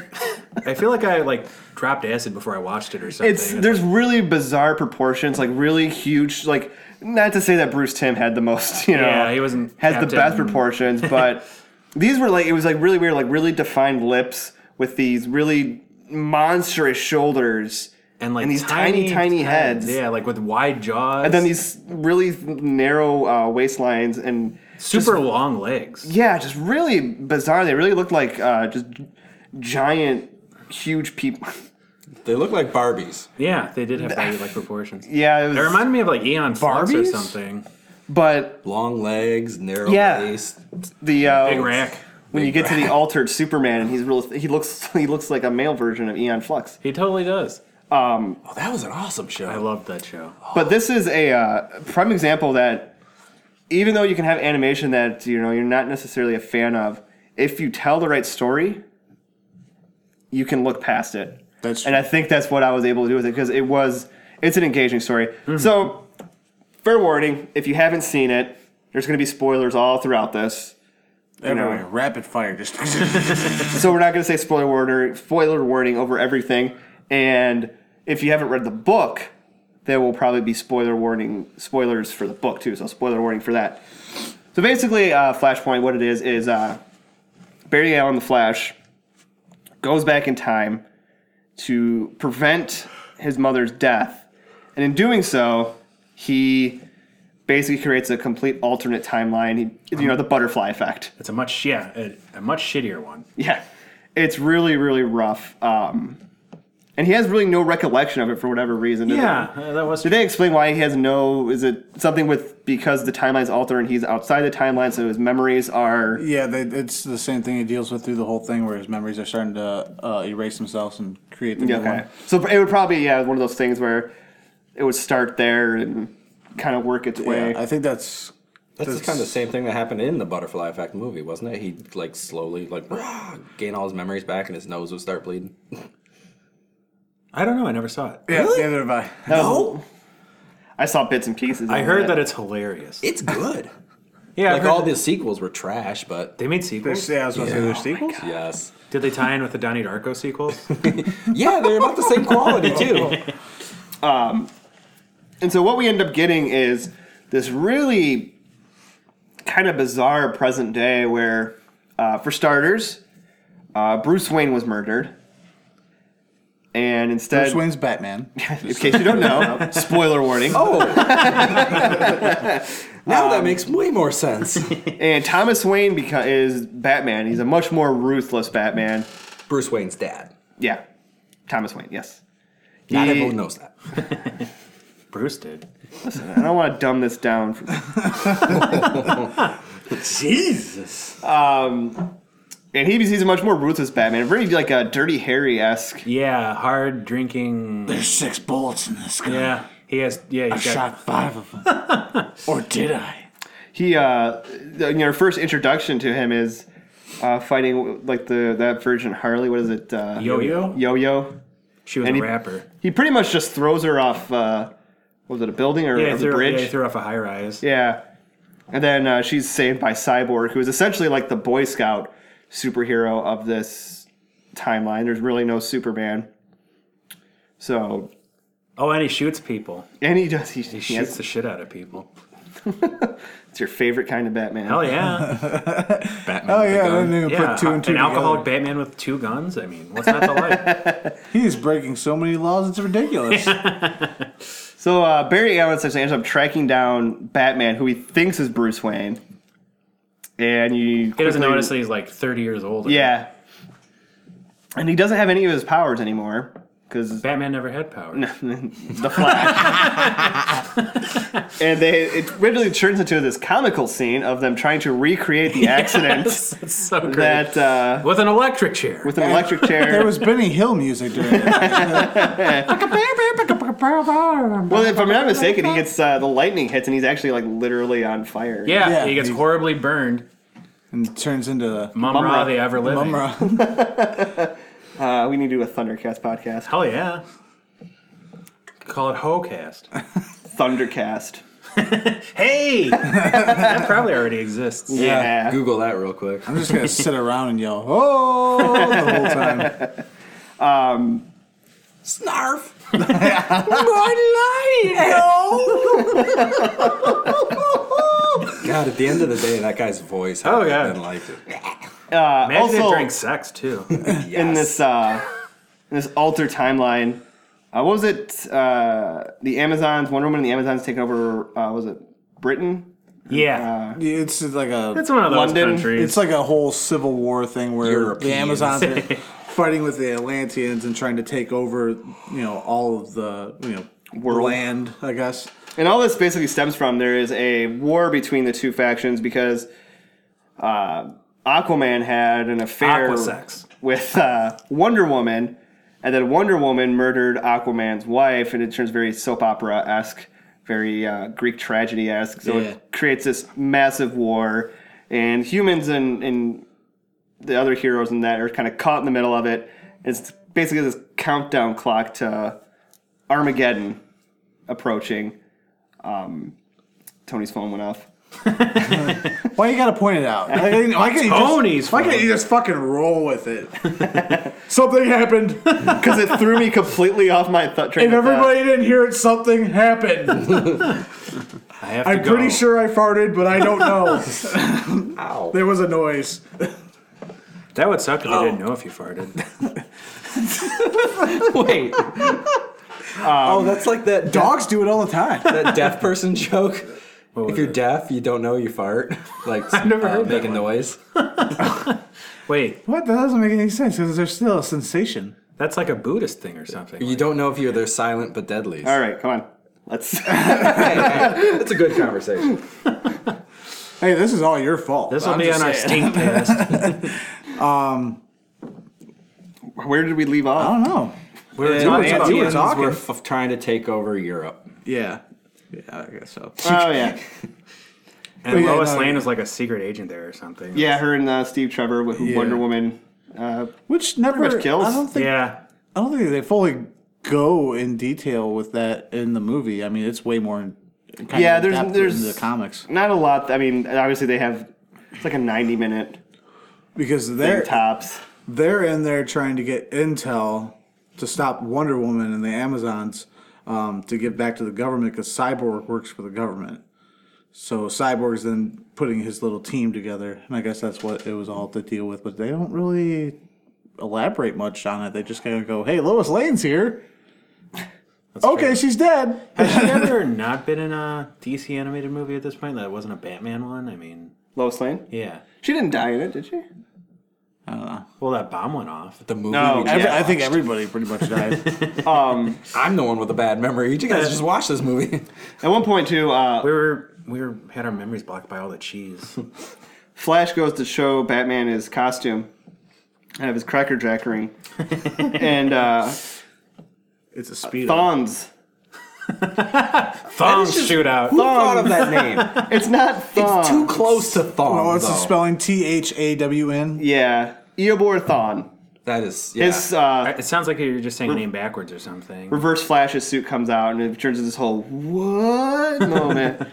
S4: I feel like I like dropped acid before I watched it or something.
S1: It's there's really bizarre proportions, like really huge, like not to say that Bruce Tim had the most, you know,
S4: Yeah, he wasn't
S1: has the
S4: captain.
S1: best proportions, but these were like it was like really weird, like really defined lips with these really monstrous shoulders,
S4: and like
S1: and these tiny, tiny heads.
S4: Yeah, like with wide jaws.
S1: and then these really narrow uh, waistlines and
S4: super long legs.
S1: yeah, just really bizarre. They really looked like uh, just giant, huge people.
S2: They look like Barbies.
S4: Yeah, they did have body like proportions.
S1: yeah, it was,
S4: It reminded me of like Eon Flux or
S3: Barbies?
S4: something.
S1: but
S2: Long legs, narrow
S1: Yeah.
S2: waist.
S1: the uh,
S4: Big rack.
S1: when you
S2: Big
S1: get to the altered Superman and he's real he looks he looks like a male version of Eon Flux.
S4: He totally does.
S2: Oh, that was an awesome show.
S4: I loved that show.
S1: But this is a uh, prime example that even though you can have animation that you know you're not necessarily a fan of, if you tell the right story, you can look past it.
S3: That's
S1: and I think that's what I was able to do with it because it was it's an engaging story. So fair warning, if you haven't seen it, there's going to be spoilers all throughout this.
S3: everywhere. Rapid fire. Just
S1: so we're not going to say spoiler warning, spoiler warning over everything. And if you haven't read the book, there will probably be spoiler warning, spoilers for the book too. So spoiler warning for that. So basically, uh, Flashpoint, what it is is uh, Barry Allen, the Flash, goes back in time to prevent his mother's death, and in doing so, he basically creates a complete alternate timeline. He, you know, the butterfly effect.
S4: It's a much yeah, a, a much shittier one.
S1: Yeah, it's really really rough. Um, and he has really no recollection of it for whatever reason. did
S4: Yeah,
S1: they?
S4: uh, that was
S1: Did they explain why he has no? Is it something with because the timeline's altered and he's outside the timeline, so his memories are?
S3: yeah, they, it's the same thing he deals with through the whole thing, where his memories are starting to uh, erase themselves and create the new
S1: Okay,
S3: one.
S1: so it would probably yeah one of those things where it would start there and kind of work its way.
S3: Yeah, I think that's
S2: That's just kind of the same thing that happened in the Butterfly Effect movie, wasn't it? He'd like slowly like gain all his memories back, and his nose would start bleeding.
S4: I don't know, I never saw it.
S3: yeah. Neither have I.
S1: That was- I saw bits and pieces.
S4: I
S1: of
S4: heard that it's hilarious.
S2: It's good.
S4: Yeah,
S2: like all the sequels were trash, but
S4: they made sequels.
S3: There's, yeah, I was going to say there's sequels.
S2: yes,
S4: Did they tie in with the Donnie Darko sequels?
S2: yeah, they're about the same quality too.
S1: And so what we end up getting is this really kind of bizarre present day where, uh, for starters, uh, Bruce Wayne was murdered. And instead,
S3: Bruce Wayne's Batman.
S1: in case you don't know, spoiler warning.
S2: Oh, now that makes way more sense.
S1: And Thomas Wayne beca- is Batman. He's a much more ruthless Batman.
S2: Bruce Wayne's dad.
S1: Yeah, Thomas Wayne. Yes.
S2: Not
S1: He-
S2: everyone knows that.
S4: Bruce did.
S1: I don't want to dumb this down. For-
S3: Jesus.
S1: Um, and he, he's a much more ruthless Batman. Very like a Dirty Harry esque.
S4: Yeah, hard drinking.
S3: There's six bullets in this gun.
S4: Yeah, he has. Yeah, he's
S3: I
S4: got-
S3: shot five of them. or did I?
S1: he uh you know first introduction to him is uh fighting like the that virgin harley what is it uh
S4: Yo-Yo?
S1: yo-yo
S4: She was
S1: And
S4: a
S1: he-
S4: rapper.
S1: he pretty much just throws her off uh what was it a building or,
S4: Yeah,
S1: or
S4: he
S1: the
S4: threw, yeah,
S1: bridge
S4: he threw off a high rise.
S1: yeah. And then uh, she's saved by Cyborg, who is essentially like the Boy Scout superhero of this timeline. There's really no Superman. So,
S4: Oh, and he shoots people.
S1: and he does. He,
S4: He
S1: he
S4: shoots
S1: has,
S4: the shit out of people.
S1: it's your favorite kind of Batman.
S4: Hell yeah,
S2: Batman.
S3: Oh
S2: with the
S3: yeah, I
S2: gun.
S3: didn't even
S4: yeah.
S3: put two and two
S4: An
S3: together.
S4: alcoholic Batman with two guns. I mean, what's not to like?
S3: He's breaking so many laws, it's ridiculous.
S1: So uh, Barry Allen essentially ends up tracking down Batman, who he thinks is Bruce Wayne, and you
S4: He doesn't notice that he's like 30 years old.
S1: Yeah, and he doesn't have any of his powers anymore. because
S4: Batman never had power.
S1: the Flash. and they it really turns into this comical scene of them trying to recreate the accident
S4: It's so great.
S1: that uh,
S4: With an electric chair.
S1: with an electric chair.
S3: There was Benny Hill music during it.
S1: well, if I'm not mistaken, he gets uh, the lightning hits and he's actually like literally on fire.
S4: yeah,
S3: Yeah.
S4: he gets horribly burned.
S3: and turns into the
S4: Mum
S1: Mum Ra.
S4: Ra, the ever living.
S3: Mumra.
S1: Uh, we need to do a Thundercats podcast.
S4: Hell yeah. Call it Hocast.
S1: Thundercast.
S4: hey! that probably already exists.
S1: Yeah.
S2: Google that real quick.
S3: I'm just gonna sit around and yell, "Oh!" the whole time.
S2: Snarf. God, at the end of the day, that guy's voice.
S4: Oh,
S2: Oh
S4: yeah.
S2: yeah, been like
S1: Uh,
S4: Imagine
S1: also,
S4: it during sex, too.
S1: in this uh, in this alter timeline, uh, what was it? Uh, the Amazons, Wonder Woman, and the Amazons taking over. Uh, was it Britain?
S4: Yeah.
S3: It's like a,
S4: it's one of those
S1: London,
S4: countries.
S3: Uh, it's like a whole civil war thing where
S2: Europeans.
S3: the Amazons are fighting with the Atlanteans and trying to take over, you know, all of the you know
S1: World.
S3: land. I guess.
S1: And all this basically stems from there is a war between the two factions because uh, Aquaman had an affair
S4: Aqua sex.
S1: with uh, Wonder Woman, and then Wonder Woman murdered Aquaman's wife, and it turns very soap opera esque, very uh, Greek tragedy esque. So
S3: Yeah.
S1: it creates this massive war, and humans and, and the other heroes in that are kind of caught in the middle of it. It's basically this countdown clock to Armageddon approaching. Um, Tony's phone went off.
S3: Why you gotta point it out? Why can't, why can't you just-
S4: Tony's
S3: why can't you just fucking roll with it? something happened.
S1: Because it threw me completely off my th- train
S3: If
S1: of thought.
S3: everybody didn't hear it, something happened.
S4: I have to
S3: I'm
S4: go.
S3: pretty sure I farted, but I don't know.
S2: Ow.
S4: Um,
S3: there was a noise.
S4: That would suck if I
S3: Oh.
S4: didn't know if you farted.
S2: Wait. oh, that's like that dog.
S3: Dogs do it all the time.
S2: That deaf person joke.
S4: was
S2: If you're
S4: it?
S2: deaf, you don't know you fart. Like
S4: never
S2: uh,
S4: heard that
S2: make a
S4: one.
S2: noise.
S4: Wait,
S3: What? That doesn't make any sense because there's still a sensation.
S4: that's like a Buddhist thing or something.
S2: You don't know if you're they're silent but deadly.
S1: All right, come on. Let's.
S2: That's a good conversation.
S3: Hey, this is all your fault.
S4: This will
S3: I'm
S4: be
S3: just
S4: on our
S3: saying.
S4: stink test.
S1: Where did we leave
S3: I
S1: off?
S3: don't know.
S4: We're
S2: And
S4: talking about
S2: the
S3: you were
S2: Indians
S3: talking.
S2: were f- trying to take over Europe.
S3: Yeah. Yeah, I guess so.
S1: Oh yeah,
S4: And
S3: yeah,
S4: Lois
S3: no,
S4: Lane
S3: yeah.
S4: was like a secret agent there or something.
S1: yeah. Her and uh, Steve Trevor with who
S3: Yeah.
S1: Wonder Woman. Uh,
S3: Which never
S1: much kills.
S3: I don't think.
S4: Yeah.
S3: I don't think they fully go in detail with that in the movie. I mean, it's way more. in- Kind
S1: Yeah,
S3: of
S1: there's-
S3: adapted
S1: there's-
S3: into the comics
S1: not a lot. I mean, obviously they have. It's like a ninety-minute
S3: because
S1: thing
S3: they're
S1: tops.
S3: they're in there trying to get intel to stop Wonder Woman and the Amazons um, to give back to the government because Cyborg works for the government. So Cyborg's then putting his little team together, and I guess that's what it was all to deal with. But they don't really elaborate much on it. They just kind of go, "Hey, Lois Lane's here. okay, she's dead."
S4: Has she ever not been in a DC animated movie at this point that wasn't a Batman one? I mean,
S1: Lois Lane.
S4: yeah.
S1: She didn't die in it, did she?
S4: Well, that bomb went off.
S2: The movie.
S1: No,
S2: we just-
S3: Every,
S1: Yeah.
S3: I think everybody pretty much died.
S2: I'm the one with a bad memory. You guys just watched this movie.
S1: At one point too, uh,
S4: We were we were had our memories blocked by all the cheese.
S1: Flash goes to show Batman his costume, and of his cracker jack ring, and uh,
S3: it's a speed.
S1: Thongs.
S4: Thong shootout.
S2: Who thought of that name?
S1: It's not Thong.
S2: It's too close to thong.
S3: Oh, it's the
S2: though.
S3: spelling T H A W N.
S1: Yeah, Eobor Thon.
S2: That is yeah.
S1: His uh,
S4: It sounds like you're just saying name backwards or something.
S1: Reverse Flash's suit comes out, and it turns into this whole what moment.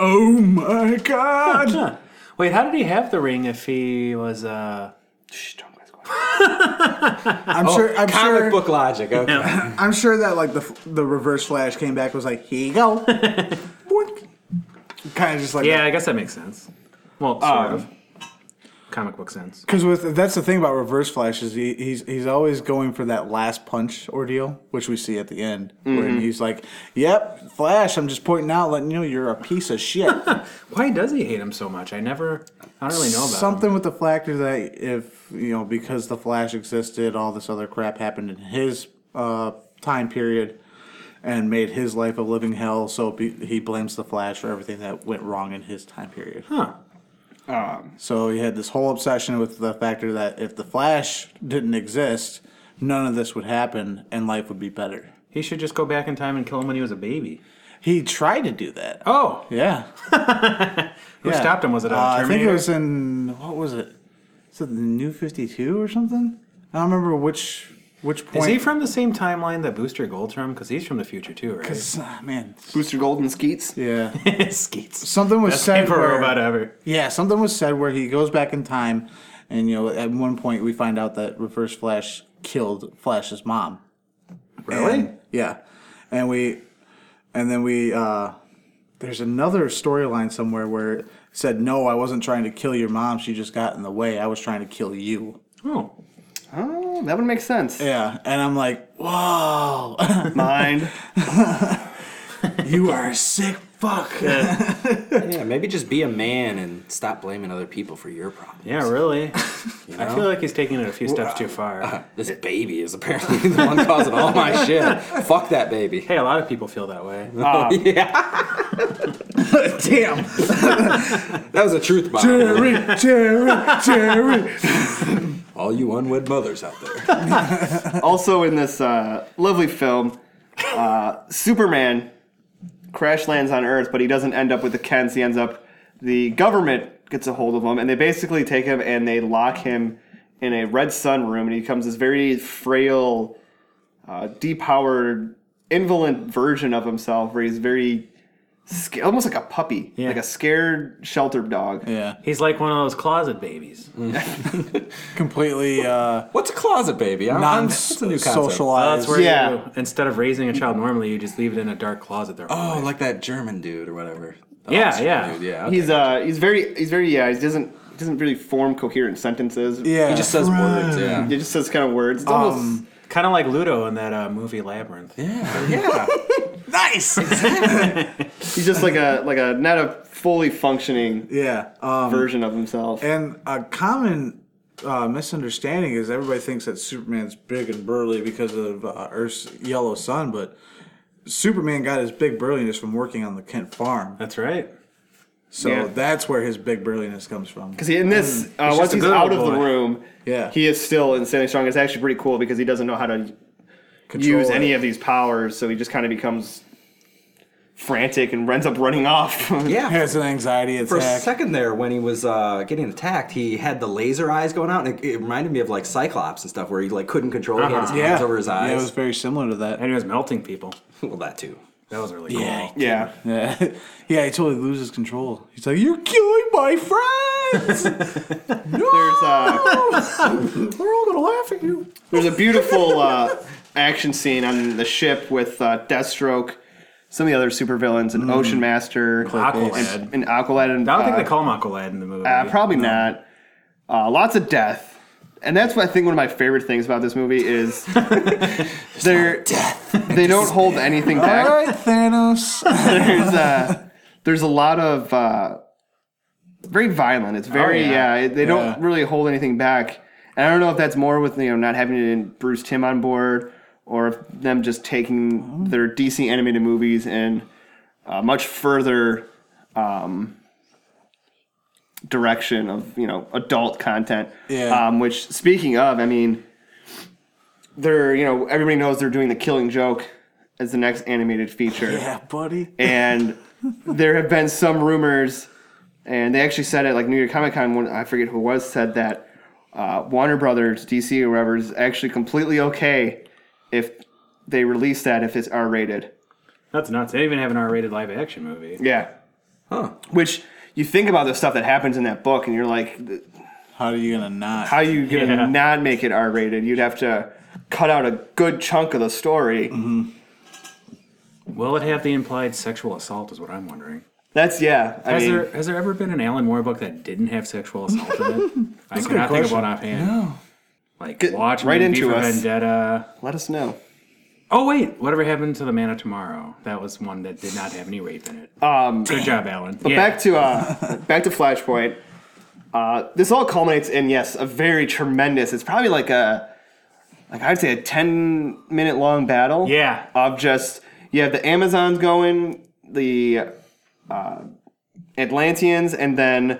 S3: Oh my god!
S4: Wait, how did he have the ring if he was uh
S1: Shh, don't guys go.
S3: I'm sure. I'm
S2: comic
S3: sure.
S2: book logic. Okay.
S3: I'm sure that like the the reverse flash came back was like here you go, kind of just like
S4: Yeah, I guess that makes sense. Well, sort of. Comic book sense.
S3: Because with that's the thing about reverse flash is he, he's he's always going for that last punch ordeal, which we see at the end, where he's like, "Yep, Flash, I'm just pointing out, letting you know you're a piece of shit."
S4: Why does he hate him so much? I never I don't really know about him.
S3: Something with the Flash is that if you know because the Flash existed, all this other crap happened in his uh, time period and made his life a living hell. So be, he blames the Flash for everything that went wrong in his time period.
S4: Huh.
S3: So he had this whole obsession with the factor that if the Flash didn't exist, none of this would happen and life would be better.
S4: He should just go back in time and kill him when he was a baby.
S3: He tried to do that.
S4: Oh,
S3: Yeah.
S4: who stopped him? Was it a
S3: Uh, I think
S4: Terminator?
S3: it was in what was it? Is it the New Fifty Two or something? I don't remember which which point.
S4: Is he from the same timeline that Booster Gold's from? Because he's from the future too, right?
S3: Ah, man,
S1: Booster Gold and Skeets.
S3: yeah.
S4: Skeets.
S3: Something was
S4: Best
S3: said
S4: paper
S3: where,
S4: robot ever.
S3: yeah, something was said where he goes back in time, and you know, at one point we find out that Reverse Flash killed Flash's mom.
S4: Really?
S3: And- yeah, and we, and then we. uh There's another storyline somewhere where it said, "No, I wasn't trying to kill your mom. She just got in the way. I was trying to kill you."
S4: Oh.
S1: Oh, that would make sense.
S3: Yeah, and I'm like, whoa,
S1: Mind.
S3: you are a sick fuck.
S2: Yeah, maybe just be a man and stop blaming other people for your problems.
S4: Yeah, really. I
S2: know?
S4: feel like he's taking it a few steps too far.
S2: This baby is apparently the one causing all my shit. Fuck that baby.
S4: hey, a lot of people feel that way.
S3: Damn,
S2: That was a truth bomb.
S3: Jerry, Jerry, Jerry.
S2: All you unwed mothers out there.
S1: also in this uh, lovely film, uh, Superman crash lands on Earth, but he doesn't end up with the Kents. He ends up the government gets a hold of him, and they basically take him and they lock him in a red sun room, and he becomes this very frail, uh, depowered, invalid version of himself, where he's very. sca- Almost like a puppy, like a scared, sheltered dog.
S3: Yeah,
S4: He's like one of those closet babies.
S3: completely uh,
S2: What's a closet baby? I'm, I'm- that's a new concept.
S4: Well,
S3: non-socialized.
S4: that's where
S1: Yeah.
S4: you, instead of raising a child normally, you just leave it in a dark closet there.
S2: Oh, like that German dude or whatever. The
S4: Yeah,
S2: Austrian
S4: yeah.
S2: dude, yeah. okay.
S1: He's uh, he's very, he's very, yeah. He doesn't, he doesn't really form coherent sentences.
S3: yeah,
S2: he just says words. Yeah.
S1: It just says kind of words. It's almost
S4: kind of like Ludo in that uh, movie Labyrinth.
S2: Yeah, yeah.
S3: nice.
S1: he's just like a like a not a fully functioning
S3: yeah, um,
S1: version of himself.
S3: and a common uh, misunderstanding is everybody thinks that Superman's big and burly because of uh, Earth's yellow sun, but Superman got his big burliness from working on the Kent farm.
S4: That's right.
S3: So
S1: Yeah.
S3: that's where his big burliness comes from.
S1: Because in this, uh, once
S4: Mm, a
S1: he's
S4: good
S1: out of
S4: old
S1: the
S4: boy.
S1: room,
S3: Yeah.
S1: he is still insanely strong. It's actually pretty cool because he doesn't know how to
S3: Control
S1: use any
S3: it.
S1: of these powers, so he just kind of becomes frantic and ends up running off.
S2: yeah.
S3: has an anxiety
S2: For a
S3: attack.
S2: second there, when he was uh, getting attacked, he had the laser eyes going out, and it, it reminded me of like Cyclops and stuff, where he like couldn't control. it. He had his
S3: Uh-huh. yeah,
S2: hands over his eyes.
S3: Yeah, it was very similar to that.
S4: And he was melting people.
S2: well, that too.
S4: That was really
S3: Yeah.
S4: cool.
S1: yeah.
S3: Yeah, yeah, he totally loses control. He's like, "You're killing my friends!
S1: There's uh,
S3: We're all gonna laugh at you."
S1: there's a beautiful uh, action scene on the ship with uh, Deathstroke, some of the other supervillains, and Ocean Master,
S4: Mm. Aqualad.
S1: and, and Aqualad, and
S4: I don't
S1: uh,
S4: think they call him Aqualad in the movie.
S1: Uh, probably not. Uh, lots of death, and that's what I think one of my favorite things about this movie is they're they don't hold anything
S3: All
S1: back.
S3: right, Thanos.
S1: There's uh, there's a lot of uh, very violent. It's very yeah.
S4: yeah.
S1: they
S3: Oh, Yeah.
S1: don't really hold anything back, and I don't know if that's more with you know not having Bruce Tim on board or if them just taking
S3: Oh.
S1: their DC animated movies and uh, much further. Um, direction of you know adult content.
S3: Yeah.
S1: Um, which speaking of, I mean, they're you know everybody knows they're doing the Killing Joke as the next animated feature,
S3: yeah, buddy.
S1: and there have been some rumors, and they actually said it like New York Comic Con. One I forget who it was said that uh, Warner Brothers, DC, or whoever is actually completely okay if they release that if it's R rated.
S4: That's nuts. They didn't even have an R-rated live-action movie.
S1: Yeah.
S2: Huh.
S1: Which you think about the stuff that happens in that book, and you're like,
S3: How are you gonna not?
S1: how you gonna
S4: Yeah.
S1: not make it R rated? You'd have to cut out a good chunk of the story.
S4: Mm-hmm. Will it have the implied sexual assault? Is what I'm wondering.
S1: That's yeah. I
S4: Has
S1: mean,
S4: there has there ever been an Alan Moore book that didn't have sexual assault in it? I cannot think of
S3: question.
S4: one offhand. No. Like
S1: Get
S4: Watch
S1: right into
S4: for
S1: us.
S4: Vendetta.
S1: let us know.
S4: Oh wait, whatever happened to the Man of Tomorrow? That was one that did not have any rape in it.
S1: Um,
S4: Good job, Alan.
S1: but
S4: yeah.
S1: back to uh, back to Flashpoint. Uh, this all culminates in yes, a very tremendous. It's probably like a like I'd say a ten minute long battle.
S4: Yeah.
S1: Of just you have the Amazons going, the uh, Atlanteans, and then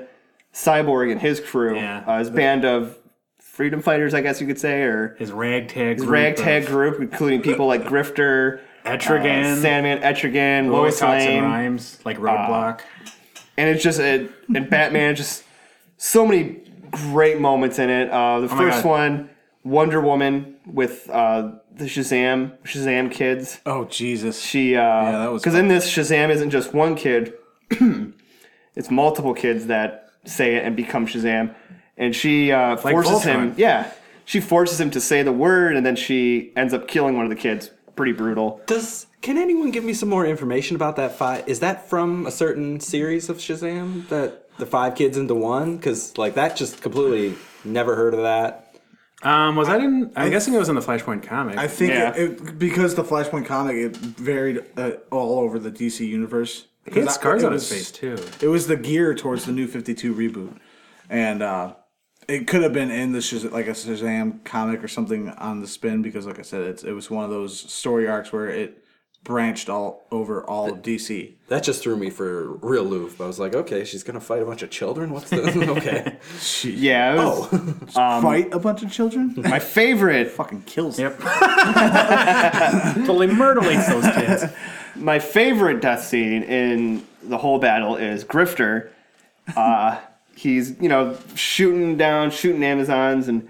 S1: Cyborg and his crew,
S4: Yeah.
S1: uh, his band of freedom fighters, I guess you could say, or
S4: His ragtag group
S1: ragtag
S4: of
S1: group, including people like Grifter, uh,
S4: Etrigan,
S1: Sandman, Etrigan,
S4: Roy
S1: Lois
S4: Thompson
S1: Lane, Uh,
S4: rhymes like Roadblock.
S1: and it's just it, and Batman just so many great moments in it. Uh, the
S4: Oh my
S1: first
S4: God.
S1: one, Wonder Woman with uh, the Shazam Shazam kids.
S3: Oh Jesus!
S1: She uh,
S3: that was
S1: because in this Shazam isn't just one kid; it's multiple kids that say it and become Shazam, and she uh, forces him.
S4: Voltron.
S1: Yeah, she forces him to say the word, and then she ends up killing one of the kids. Pretty brutal.
S2: Does can anyone give me some more information about that five? Is that from a certain series of Shazam that the five kids into one? Because like that just completely never heard of that.
S4: Um, was that in? I'm guessing it was in the Flashpoint comic.
S3: I think
S1: Yeah.
S3: it, it- because the Flashpoint comic it varied uh, all over the DC universe.
S4: he had
S3: Because I-
S4: scars
S3: it
S4: on his
S3: was-
S4: face too.
S3: It was the gear towards the new Fifty Two reboot, and uh, it could have been in the Shaz- like a Shazam comic or something on the spin because, like I said, it's, it was one of those story arcs where it branched all over all of DC.
S2: That just threw me for real loof. I was like, okay, she's gonna fight a bunch of children. What's the okay?
S1: Yeah. It was
S4: Oh.
S3: Fight a bunch of children.
S1: My favorite.
S3: Um, Fucking kills.
S4: Yep. totally murderates those kids.
S1: my favorite death scene in the whole battle is Grifter. Uh, he's you know shooting down, shooting Amazons, and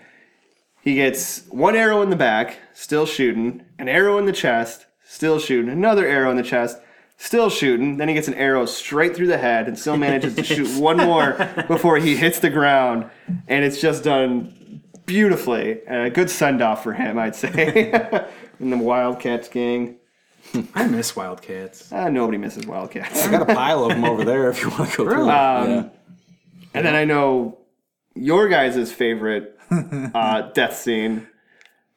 S1: he gets one arrow in the back, still shooting, an arrow in the chest, still shooting, another arrow in the chest, still shooting. Then he gets an arrow straight through the head, and still manages to shoot one more before he hits the ground, and it's just done beautifully. And a good send off for him, I'd say. and the Wildcats gang.
S4: I miss Wildcats.
S1: Ah, nobody misses Wildcats.
S2: I got a pile of them over there if you want to go through.
S4: Really?
S2: it.
S1: Um,
S2: yeah.
S1: And then I know your guys' favorite uh, death scene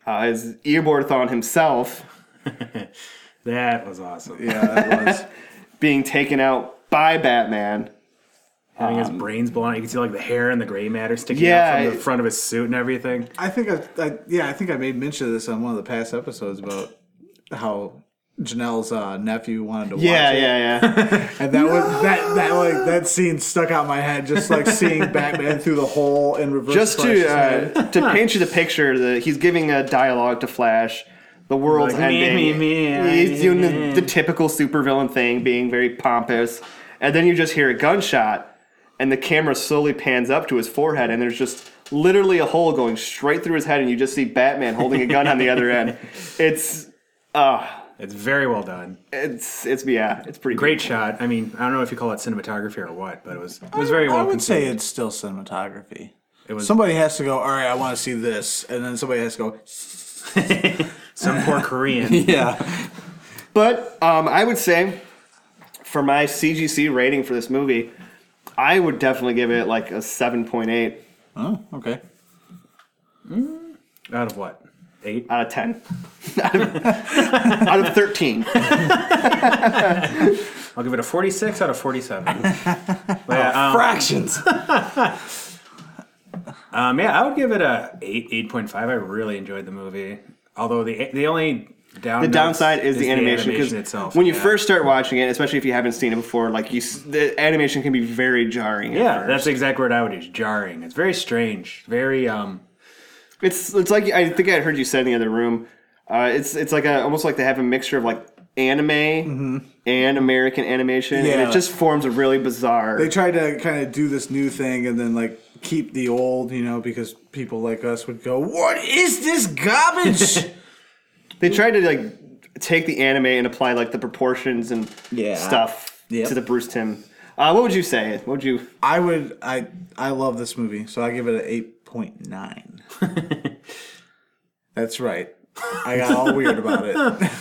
S1: uh, is Eoborthon himself
S4: That was awesome.
S3: Yeah, it was.
S1: being taken out by Batman.
S4: Having his brains blown out. You can see like the hair and the gray matter sticking
S1: Um, Yeah,
S4: out from
S1: I-
S4: the front of his suit and everything.
S3: I think I, I yeah, I think I made mention of this on one of the past episodes about how Janelle's uh, nephew wanted to
S1: Yeah,
S3: watch it.
S1: yeah, yeah.
S3: And that was that that like that scene stuck out in my head just like seeing Batman through the hole in reverse.
S1: Just
S3: Flash's
S1: to
S3: head.
S1: uh, to paint you the picture, the, he's giving a dialogue to Flash. The world's
S4: Like, me,
S1: ending.
S4: me, me,
S1: he's
S4: I-
S1: doing the, the typical supervillain thing, being very pompous, and then you just hear a gunshot, and the camera slowly pans up to his forehead, and there's just literally a hole going straight through his head, and you just see Batman holding a gun on the other end. It's
S4: It's very well done.
S1: it's it's yeah, it's pretty
S4: Great shot. I mean, I don't know if you call it cinematography or what, but it was it was very well
S3: I would
S4: conceived.
S3: say it's still cinematography.
S4: It was-
S3: somebody has to go. All right, I want to see this, and then somebody has to go.
S4: Some poor Korean.
S2: yeah.
S1: But um, I would say, for my CGC rating for this movie, I would definitely give it like a seven point eight.
S3: Oh, okay.
S4: out of what? Eight?
S1: out of 10 out of, out of 13
S4: I'll give it a 46 out of 47. But yeah, um,
S2: Fractions.
S4: Um, yeah, I would give it a eight, eight point five. I really enjoyed the movie. Although the the only down
S1: the
S4: notes
S1: downside is, the animation
S4: itself.
S1: when you
S4: yeah.
S1: first start watching it especially if you haven't seen it before like you s- the animation can be very jarring at
S4: yeah,
S1: first.
S4: that's the exact word I would use. Jarring. It's very strange. Very um.
S1: it's it's like i think i heard you said in the other room uh, it's it's like a, almost like they have a mixture of like anime and american animation and
S3: Yeah.
S1: it just forms a really bizarre
S3: They tried to kind of do this new thing, and then like keep the old, you know, because people like us would go, "What is this garbage?"
S1: they tried to like take the anime and apply like the proportions and
S3: Yeah.
S1: stuff
S3: Yep.
S1: to the bruce tim uh, what would you say what would you
S3: I would. I I love this movie, so I give it an eight point nine. That's right. I got all weird about it.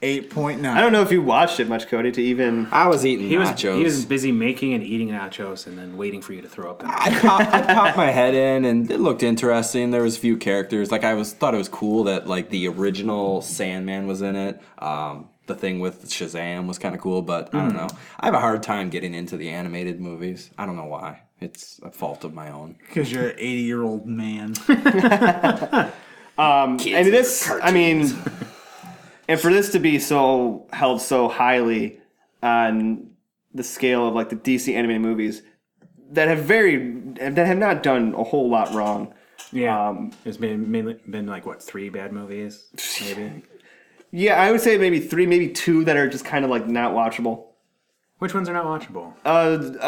S3: Eight point
S1: I
S3: nine.
S1: don't know if you watched it much, Cody, to even.
S2: I was eating
S4: He was
S2: nachos.
S4: he was busy making and eating nachos and then waiting for you to throw up. in
S2: I popped, I popped my head in, and it looked interesting. There was a few characters. Like I was thought it was cool that like the original Sandman was in it. Um, the thing with Shazam was kind of cool, but I don't know. I have a hard time getting into the animated movies. I don't know why. It's a fault of my own.
S3: Because you're an eighty year old man.
S1: Um, and this, I mean, and for this to be so held so highly on the scale of like the DC animated movies that have very that have not done a whole lot wrong.
S4: Yeah, Um, it's been mainly been like what three bad movies, maybe.
S1: Yeah, I would say maybe three, maybe two that are just kind of like not watchable.
S4: Which ones are not watchable?
S1: Uh, uh,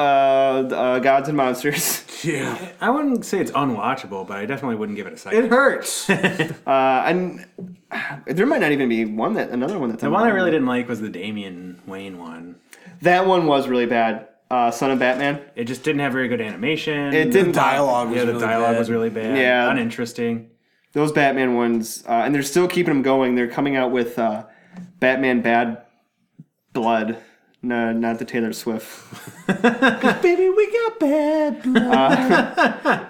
S1: uh Gods and Monsters.
S3: Yeah.
S4: I wouldn't say it's unwatchable, but I definitely wouldn't give it a second.
S3: It hurts.
S1: Uh, and there might not even be one that another one that's
S4: the one I really didn't like was the Damian Wayne one.
S1: That one was really bad. Uh, Son of Batman.
S4: It just didn't have very good animation.
S1: It didn't.
S3: dialogue was
S4: Yeah, the
S3: really
S4: dialogue
S3: bad.
S4: was really bad.
S1: Yeah.
S4: uninteresting.
S1: those Batman ones, uh, and they're still keeping them going. They're coming out with uh, Batman Bad Blood, no, not the Taylor Swift,
S3: Baby, we got bad. blood.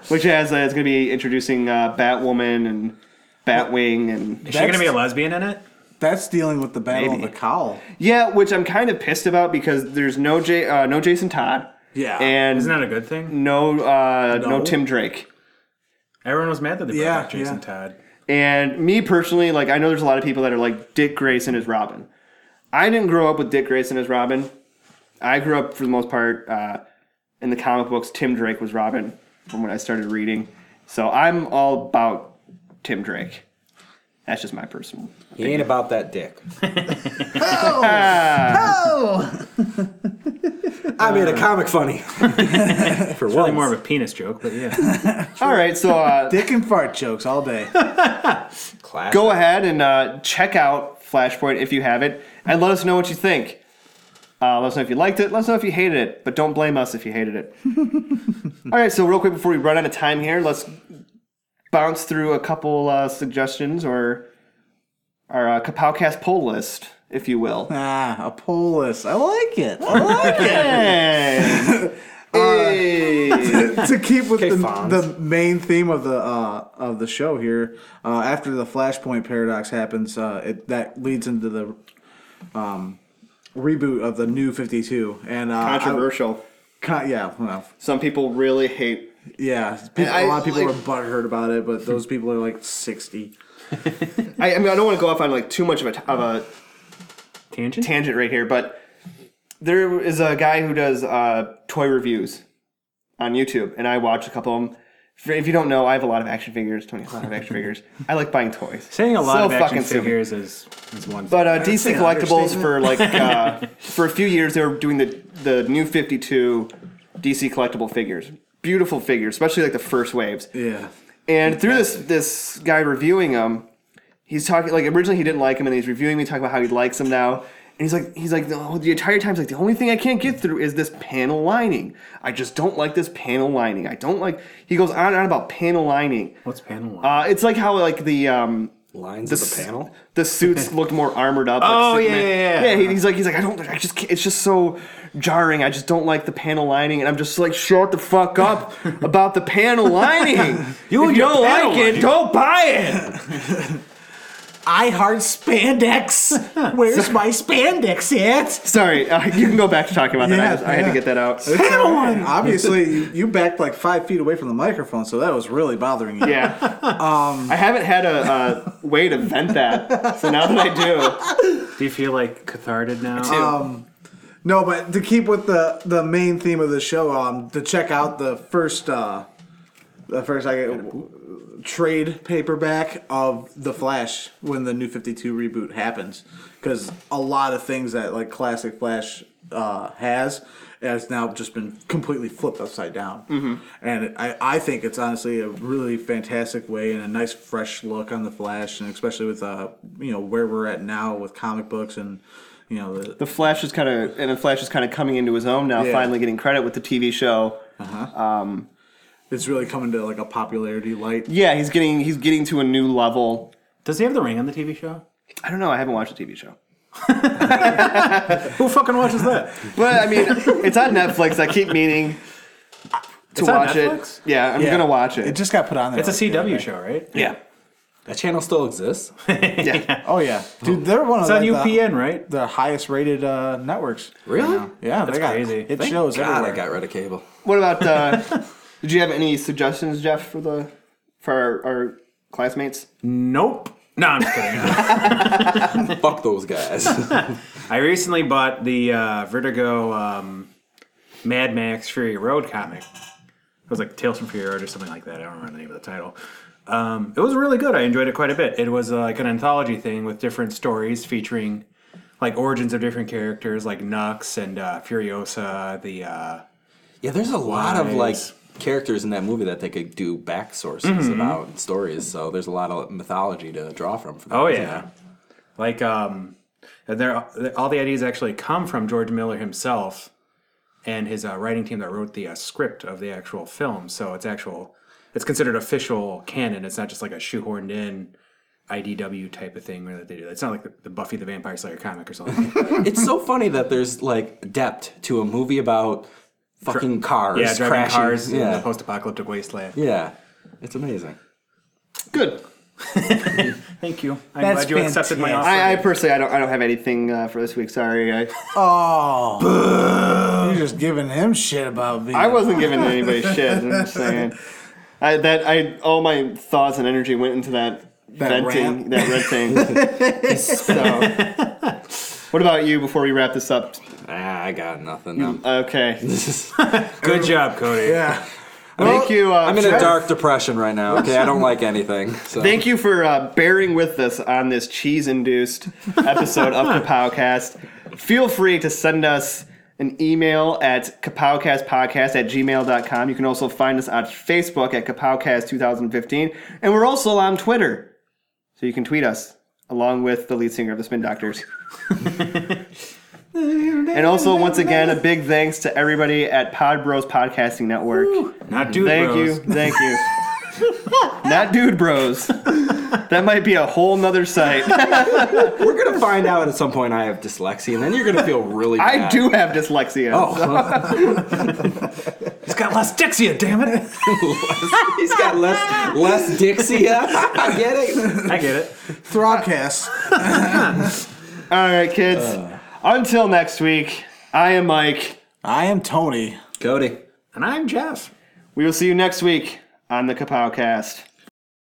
S1: which has uh, it's going to be introducing uh, Batwoman and Batwing and
S4: Is she gonna
S3: That's-
S4: be a lesbian in it?
S3: That's dealing with the battle
S1: Maybe.
S3: of the cowl.
S1: yeah, which I'm kind of pissed about because there's no J, uh, no Jason Todd,
S3: Yeah.
S1: and
S4: Isn't that a good thing?
S1: no, uh, no
S3: No.
S1: Tim Drake.
S4: Everyone was mad that they
S3: Yeah,
S4: brought back Jason
S3: yeah.
S4: Todd.
S1: And me personally, like I know there's a lot of people that are like Dick Grayson is Robin. I didn't grow up with Dick Grayson as Robin. I grew up for the most part uh, in the comic books. Tim Drake was Robin from when I started reading. So I'm all about Tim Drake. That's just my personal.
S2: He ain't about that dick. I made a comic funny. For
S4: Probably
S2: once.
S4: more of a penis joke, but yeah.
S1: All right, so uh,
S3: Dick and fart jokes all day.
S2: class.
S1: go ahead and uh, check out Flashpoint if you have it, and let us know what you think. Uh, let us know if you liked it. Let us know if you hated it, but don't blame us if you hated it. All right, so real quick before we run out of time here, let's bounce through a couple uh, suggestions or our uh, Kapowcast poll list, if you will.
S3: ah, a poll list. I like it. I like it.
S1: Hey! Hey!
S3: to keep with the,
S2: Fonz.
S3: the main theme of the uh, of the show here, uh, after the Flashpoint paradox happens, uh, it, that leads into the um, reboot of the New Fifty Two, and uh, I-
S1: Controversial.
S3: con- yeah, well,
S1: Some people really hate.
S3: yeah. People,
S1: I,
S3: a lot of people
S1: like-
S3: are butthurt about it, but those people are like sixty.
S1: I, I mean, I don't want to go off on like too much of a t- of a
S4: Tangent.
S1: tangent right here, but there is a guy who does uh, toy reviews on YouTube, and I watch a couple of them. If you don't know, I have a lot of action figures. Tony has a lot of action figures. I like buying toys.
S4: Saying a lot
S1: So
S4: of action
S1: fucking stupid.
S4: figures is, is one thing.
S1: But uh, DC
S3: an
S1: collectibles
S3: understatement.
S1: for like uh, for a few years they were doing the the new Fifty Two DC collectible figures. Beautiful figures, especially like the first waves.
S3: Yeah,
S1: And through this this guy reviewing him, he's talking like originally he didn't like him, and he's reviewing me talking about how he likes him now. And he's like he's like the, the entire time he's like the only thing I can't get through is this panel lining. I just don't like this panel lining. I don't like. He goes on and on about panel lining.
S4: What's panel one?
S1: Uh, it's like how like the um
S2: Lines
S1: s-
S2: of the panel.
S1: the suits looked more armored up. like
S4: Oh, yeah,
S1: Superman.
S4: yeah, yeah.
S1: he- he's like he's like I don't I just can't, it's just so jarring. I just don't like the panel lining, and I'm just like shut the fuck up about the panel lining. you if you don't like
S4: panel
S1: it, don't buy it.
S5: I heart spandex. Where's my spandex at?
S1: Sorry, uh, you can go back to talking about that. I,
S3: Yeah,
S1: just, I had to
S3: yeah.
S1: get that out.
S3: Come on. Obviously, you, you backed like five feet away from the microphone, so that was really bothering you.
S1: Yeah.
S4: Um,
S1: I haven't had a, uh way to vent that, so now that I do,
S4: Do you feel like catharted now?
S3: No, but to keep with the the main theme of the show, um, to check out the first uh, the first I trade paperback of the Flash when the New Fifty Two reboot happens, because a lot of things that like classic Flash uh, has has now just been completely flipped upside down, mm-hmm. and I I think it's honestly a really fantastic way and a nice fresh look on the Flash, and especially with uh you know where we're at now with comic books and. You know, the,
S1: the Flash is kind of and the Flash is kind of coming into his own now.
S3: Yeah.
S1: Finally getting credit with the TV show.
S3: it's really coming to like a popularity light.
S1: Yeah, he's getting he's getting to a new level.
S4: Does he have the ring on the TV show?
S1: I don't know. I haven't watched the TV show.
S4: Who fucking watches that?
S1: But I mean, it's on Netflix. I keep meaning to
S4: It's on
S1: watch
S4: Netflix?
S1: it. Yeah, I'm gonna watch it.
S3: It just got put on there.
S4: It's a CW show, right?
S1: yeah.
S2: That channel still exists.
S1: Yeah.
S3: Oh yeah, dude, they're one of
S4: It's on
S3: like,
S4: UPN, right?
S3: the, the highest rated uh, networks.
S2: Really?
S3: Yeah, they got,
S4: crazy.
S3: It
S4: Thank
S3: shows
S2: God, I
S3: everywhere.
S2: got rid of cable.
S1: What about? Uh, did you have any suggestions, Jeff, for the for our, our classmates?
S4: Nope. No, I'm just kidding.
S2: Fuck those guys.
S4: I recently bought the uh, Vertigo um, Mad Max Fury Road comic. It was like Tales from Fury Road or something like that. I don't remember the name of the title. Um, it was really good. I enjoyed it quite a bit. It was uh, like an anthology thing with different stories featuring like origins of different characters, like Nux and uh, Furiosa, the uh,
S2: yeah, there's a lot of like
S4: Wise.
S2: characters in that movie that they could do back sources about and stories. So there's a lot of mythology to draw from. For that,
S4: Oh
S2: isn't
S4: yeah, like um, there all the ideas actually come from George Miller himself and his uh, writing team that wrote the uh, script of the actual film. So it's actual, it's considered official canon. It's not just like a shoehorned in IDW type of thing where they do. It's not like the, the Buffy the Vampire Slayer comic or something.
S2: there? It's so funny that there's like depth to a movie about fucking cars,
S4: yeah, driving
S2: crashing.
S4: cars in the
S2: yeah,
S4: post-apocalyptic wasteland.
S2: yeah. It's amazing.
S1: Good.
S4: Thank you. I'm
S5: That's
S4: glad you accepted my offer.
S5: fantastic.
S1: I, I personally, I don't, I don't have anything uh, for this week. Sorry, I,
S3: You're just giving him shit about me.
S1: I wasn't giving anybody shit. I'm just saying. I, that I all my thoughts and energy went into that,
S3: That
S1: venting, that red thing. so, what about you? Before we wrap this up,
S2: Ah, I got nothing. I'm-
S1: okay.
S4: Good job, Cody.
S3: yeah.
S1: Thank you. Uh,
S2: I'm in a
S1: Jeff.
S2: dark depression right now. Okay, I don't like anything. So.
S1: Thank you for uh, bearing with us on this cheese-induced episode of Kapowcast. Feel free to send us an email at kapowcastpodcast at gmail.com. You can also find us on Facebook at kapowcast2015. And we're also on Twitter. So you can tweet us along with the lead singer of the Spin Doctors. and also, once again, a big thanks to everybody at Pod Bros Podcasting Network.
S4: Not dude
S1: Thank
S4: bros.
S1: you. Thank you. Not dude bros. That might be a whole nother site.
S2: We're gonna find out at some point I have dyslexia, and then you're gonna feel really.
S1: I
S2: bad.
S1: do have dyslexia.
S2: Oh,
S4: It's got less Dexia, damn it.
S2: he's got less less Dixia. I get it.
S4: I get it.
S3: Throbcast.
S1: All right, kids. Until next week, I am Mike.
S3: I am Tony.
S2: Cody.
S4: And I'm Jeff.
S1: We will see you next week on the Kapowcast.